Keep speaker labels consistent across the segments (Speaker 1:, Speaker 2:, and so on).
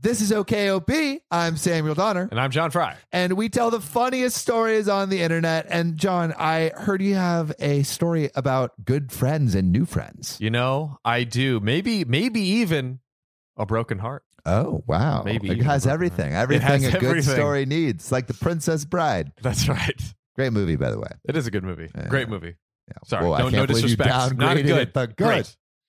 Speaker 1: This is OKOP. I'm Samuel Donner.
Speaker 2: And I'm John Fry.
Speaker 1: And we tell the funniest stories on the internet. And John, I heard you have a story about good friends and new friends.
Speaker 2: You know, I do. Maybe, maybe even a broken heart.
Speaker 1: Oh, wow.
Speaker 2: Maybe
Speaker 1: It
Speaker 2: even
Speaker 1: has
Speaker 2: broken
Speaker 1: everything.
Speaker 2: heart. It
Speaker 1: Everything
Speaker 2: has
Speaker 1: a good
Speaker 2: everything.
Speaker 1: story needs, like The Princess Bride.
Speaker 2: That's right.
Speaker 1: Great movie, by the way.
Speaker 2: It is a good movie.
Speaker 1: Yeah.
Speaker 2: Great movie.
Speaker 1: Yeah.
Speaker 2: Sorry.
Speaker 1: Whoa, I
Speaker 2: no, no
Speaker 1: can't believe you
Speaker 2: disrespect. Not
Speaker 1: downgraded
Speaker 2: good.
Speaker 1: it, but good.
Speaker 2: Great.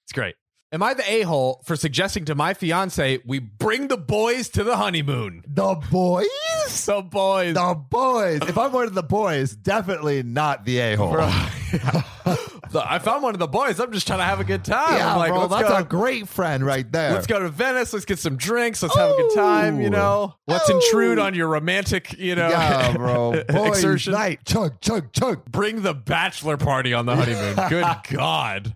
Speaker 2: It's great. Am I the a hole for suggesting to my fiance we bring the boys to the honeymoon?
Speaker 1: The boys?
Speaker 2: So boys.
Speaker 1: The boys. If I'm one of the boys, definitely not the a hole.
Speaker 2: Bro, The- I found one of the boys. I'm just trying to have a good time.
Speaker 1: Yeah,
Speaker 2: I'm like,
Speaker 1: bro,
Speaker 2: let's
Speaker 1: that's
Speaker 2: go.
Speaker 1: a great friend right there.
Speaker 2: Let's go to Venice. Let's get some drinks. Let's have a good time. You
Speaker 1: Ooh.
Speaker 2: know, let's
Speaker 1: Ooh.
Speaker 2: intrude on your romantic, you know,
Speaker 1: Yeah, bro. Boys
Speaker 2: exertion.
Speaker 1: night. Chug, chug, chug.
Speaker 2: Bring the bachelor party on the honeymoon. Good God.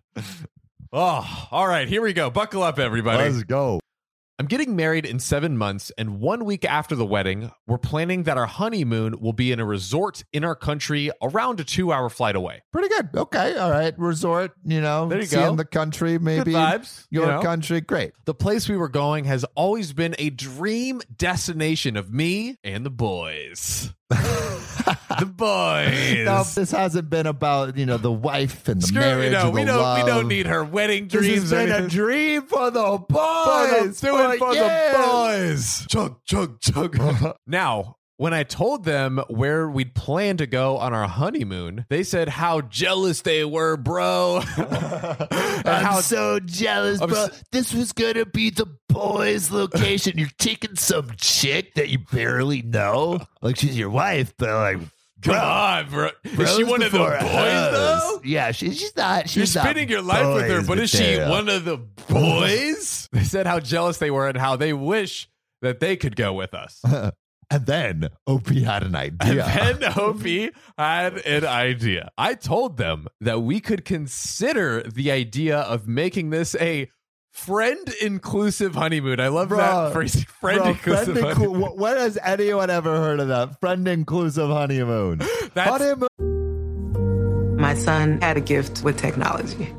Speaker 2: Oh, all right. Here we go. Buckle up, everybody.
Speaker 1: Let's go.
Speaker 2: I'm getting married in seven months, and one week after the wedding, we're planning that our honeymoon will be in a resort in our country around a two hour flight away.
Speaker 1: Pretty good. Okay. All right. Resort, you know,
Speaker 2: There you
Speaker 1: seeing
Speaker 2: go.
Speaker 1: the country, maybe
Speaker 2: Good vibes. you
Speaker 1: your
Speaker 2: know?
Speaker 1: country. Great.
Speaker 2: The place we were going has always been a dream destination of me and the boys. the boys.
Speaker 1: Now, this hasn't been about, you know, the wife and the
Speaker 2: Screw
Speaker 1: marriage.
Speaker 2: you know,
Speaker 1: and
Speaker 2: we
Speaker 1: the
Speaker 2: don't we
Speaker 1: love.
Speaker 2: don't need her wedding
Speaker 1: This
Speaker 2: dreams.
Speaker 1: has
Speaker 2: or
Speaker 1: been a
Speaker 2: anything.
Speaker 1: dream for the
Speaker 2: For the-
Speaker 1: boys.
Speaker 2: do it for
Speaker 1: yeah.
Speaker 2: the boys. Chug, chug, chug. now, when I told them where we'd planned to go on our honeymoon, they said how jealous they were, bro. and
Speaker 1: I'm
Speaker 2: how
Speaker 1: so jealous,
Speaker 2: I'm
Speaker 1: bro.
Speaker 2: s-
Speaker 1: this was gonna be the boys' location. You're taking some chick that you barely know. Like she's your wife, but like
Speaker 2: come on, bro. Is
Speaker 1: bros
Speaker 2: she one of the
Speaker 1: before
Speaker 2: boys
Speaker 1: us.
Speaker 2: though?
Speaker 1: Yeah, she, she's not. She's
Speaker 2: You're
Speaker 1: not
Speaker 2: spending your life with her,
Speaker 1: boys
Speaker 2: but is she
Speaker 1: material.
Speaker 2: one of the boys? they said how jealous they were and how they wish that they could go with us.
Speaker 1: And then OP had an
Speaker 2: And
Speaker 1: idea.
Speaker 2: then Opie had an idea. I told them that we could consider the idea of making this a friend inclusive honeymoon. I love
Speaker 1: Bruh.
Speaker 2: that phrase. Friend
Speaker 1: Bro,
Speaker 2: inclusive.
Speaker 1: friend inclu-
Speaker 2: honeymoon.
Speaker 1: wh- when has anyone ever heard of that? Friend inclusive honeymoon.
Speaker 2: That's-
Speaker 1: honeymoon.
Speaker 3: My son had a gift with technology.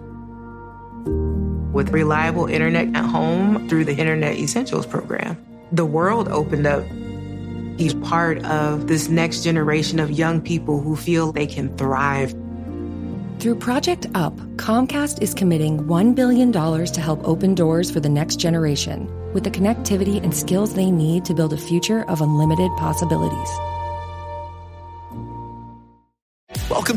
Speaker 3: With reliable internet at home through the Internet Essentials program, the world opened up. He's part of this next generation of young people who feel they can thrive.
Speaker 4: Through Project UP, Comcast is committing $1 billion to help open doors for the next generation with the connectivity and skills they need to build a future of unlimited possibilities.
Speaker 5: Welcome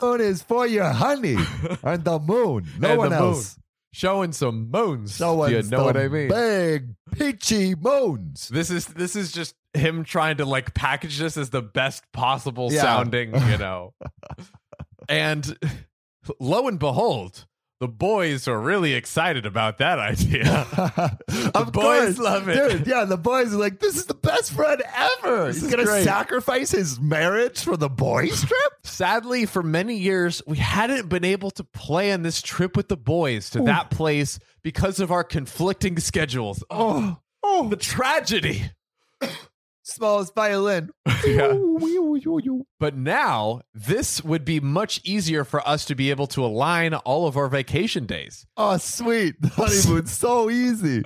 Speaker 1: Moon is for your honey and the moon. No
Speaker 2: And
Speaker 1: one
Speaker 2: the moon.
Speaker 1: else.
Speaker 2: Showing some moons.
Speaker 1: No
Speaker 2: Do
Speaker 1: one.
Speaker 2: you know what I mean?
Speaker 1: Big peachy moons.
Speaker 2: This is this is just him trying to like package this as the best possible
Speaker 1: Yeah.
Speaker 2: sounding, you know. and lo and behold, the boys are really excited about that idea.
Speaker 1: of
Speaker 2: boys
Speaker 1: course.
Speaker 2: love it.
Speaker 1: Dude, yeah, the boys are like, this is the best friend ever.
Speaker 2: This
Speaker 1: He's
Speaker 2: is
Speaker 1: gonna
Speaker 2: great.
Speaker 1: sacrifice his marriage for the boys trip?
Speaker 2: Sadly, for many years, we hadn't been able to plan this trip with the boys to that place because of our conflicting schedules. Oh, Oh, the tragedy.
Speaker 1: Smallest violin.
Speaker 2: Yeah. But now, this would be much easier for us to be able to align all of our vacation days.
Speaker 1: Oh, sweet. The honeymoon's so easy.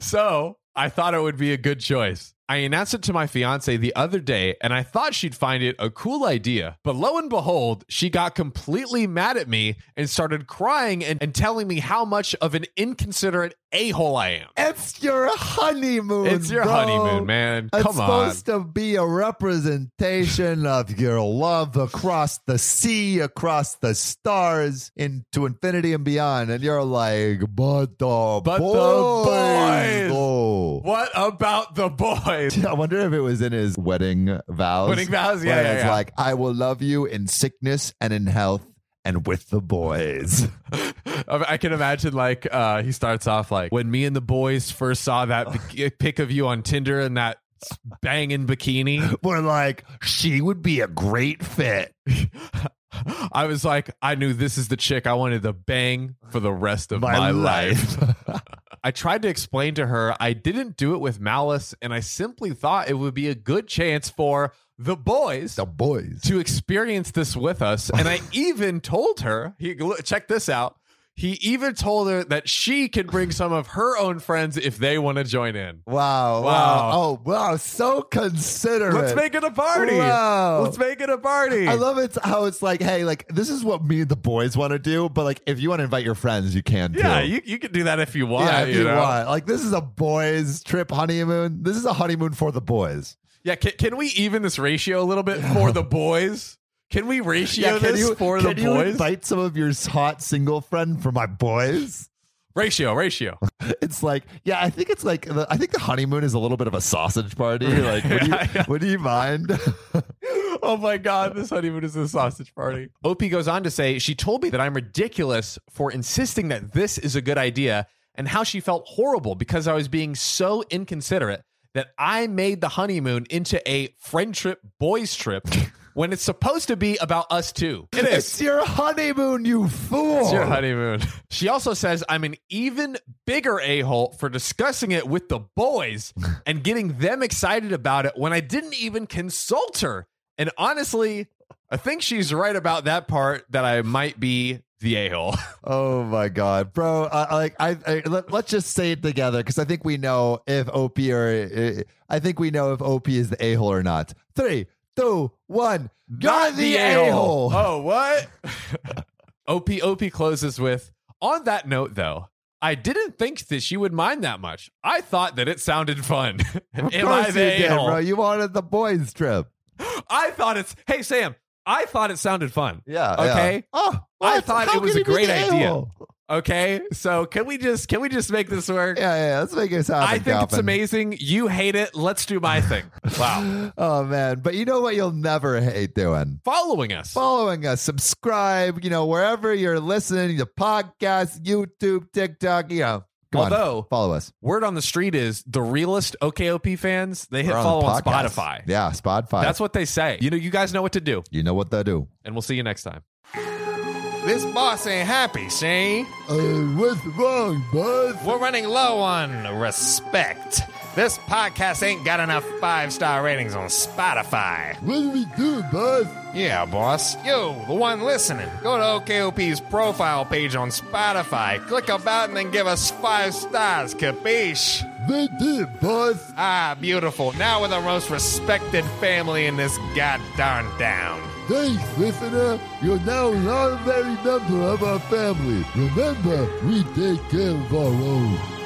Speaker 2: so I thought it would be a good choice. I announced it to my fiance the other day, and I thought she'd find it a cool idea. But lo and behold, she got completely mad at me and started crying and, and telling me how much of an inconsiderate a hole I am.
Speaker 1: It's your honeymoon.
Speaker 2: It's your
Speaker 1: bro.
Speaker 2: honeymoon, man.
Speaker 1: It's
Speaker 2: Come on.
Speaker 1: supposed to be a representation of your love across the sea, across the stars, into infinity and beyond. And you're like, but the
Speaker 2: But the
Speaker 1: boys,
Speaker 2: boys.
Speaker 1: though."
Speaker 2: What about the boys?
Speaker 1: I wonder if it was in his wedding vows.
Speaker 2: Wedding vows? Yeah,
Speaker 1: where
Speaker 2: yeah,
Speaker 1: it's
Speaker 2: yeah.
Speaker 1: like, I will love you in sickness and in health and with the boys.
Speaker 2: I can imagine like uh, he starts off like when me and the boys first saw that bi- pic of you on Tinder and that banging bikini.
Speaker 1: We're like, she would be a great fit.
Speaker 2: I was like, I knew this is the chick I wanted to bang for the rest of my, life. I tried to explain to her I didn't do it with malice, and I simply thought it would be a good chance for the boys
Speaker 1: the boys.
Speaker 2: to experience this with us. And I even told her, he look, check this out. He even told her that she can bring some of her own friends if they want to join in.
Speaker 1: Wow, wow.
Speaker 2: Wow.
Speaker 1: Oh, wow. So considerate.
Speaker 2: Let's make it a party.
Speaker 1: Wow.
Speaker 2: Let's make it a party.
Speaker 1: I love it how it's like, hey, like this is what me and the boys want to do, but like if you want to invite your friends, you can
Speaker 2: yeah,
Speaker 1: too.
Speaker 2: you, you can do that if you want.
Speaker 1: yeah, if you,
Speaker 2: know?
Speaker 1: want. Like this is a boys trip honeymoon. This is a honeymoon for the boys.
Speaker 2: Yeah, can, can we even this ratio a little bit for the boys? Can we ratio
Speaker 1: can
Speaker 2: this
Speaker 1: you,
Speaker 2: for the
Speaker 1: can you
Speaker 2: boys?
Speaker 1: invite some of your hot single friend for my boys?
Speaker 2: ratio, ratio.
Speaker 1: It's like, yeah, I think it's like, the, I think the honeymoon is a little bit of a sausage party. Like, would, you, would you mind?
Speaker 2: oh my god, this honeymoon is a sausage party. Opie goes on to say, she told me that I'm ridiculous for insisting that this is a good idea and how she felt horrible because I was being so inconsiderate that I made the honeymoon into a friend trip, boys trip, when it's supposed to be about us two. It
Speaker 1: it's
Speaker 2: is.
Speaker 1: your honeymoon, you fool.
Speaker 2: It's your honeymoon. She also says I'm an even bigger a hole for discussing it with the boys and getting them excited about it when I didn't even consult her. And honestly, I think she's right about that part that I might be the a hole.
Speaker 1: Oh my god, bro! I, like I, I let, us just say it together because I think we know if OP or uh, I think we know if OP is the a hole or not. Three, two, one. Not the a-hole.
Speaker 2: Oh, what? OP OP closes with On that note, though, I didn't think that she would mind that much. I thought that it sounded fun. Am
Speaker 1: Of course
Speaker 2: I
Speaker 1: you
Speaker 2: the
Speaker 1: did,
Speaker 2: a-hole?
Speaker 1: bro? You wanted the boys trip.
Speaker 2: I thought it's hey Sam. I thought it sounded fun.
Speaker 1: Yeah.
Speaker 2: Okay.
Speaker 1: yeah. Oh,
Speaker 2: I
Speaker 1: what?
Speaker 2: thought
Speaker 1: How
Speaker 2: it was
Speaker 1: could he
Speaker 2: a
Speaker 1: be
Speaker 2: great
Speaker 1: the
Speaker 2: idea.
Speaker 1: a-hole?
Speaker 2: Okay. So can we just can we just make this work?
Speaker 1: Yeah, yeah. Let's make it happen.
Speaker 2: I think it's
Speaker 1: Goffin.
Speaker 2: amazing. You hate it. Let's do my thing. Wow.
Speaker 1: Oh man, but you know what? You'll never hate doing.
Speaker 2: Following us.
Speaker 1: following us, subscribe, you know, wherever you're listening to podcasts, YouTube, TikTok, you know. Come on,
Speaker 2: Although-
Speaker 1: follow us.
Speaker 2: Word on the street is the realest OKOP fans, they hit
Speaker 1: We're
Speaker 2: follow on
Speaker 1: podcasts.
Speaker 2: Spotify.
Speaker 1: Yeah, Spotify.
Speaker 2: That's what they say. You know, you guys know what to do.
Speaker 1: you know what they do.
Speaker 2: And we'll see you next time. This boss ain't happy, see?
Speaker 1: Uh, what's wrong, bud?
Speaker 2: We're running low on respect. This podcast ain't got enough five star ratings on Spotify.
Speaker 1: What do we do, bud?
Speaker 2: Yeah, boss. You, the one listening, go to OKOP's profile page on Spotify, click about, and then give us five stars, capiche?
Speaker 1: They did, boss.
Speaker 2: Ah, beautiful. Now we're the most respected family in this goddamn town.
Speaker 1: Thanks, listener. You're now an honorary member of our family. Remember, we take care of our own.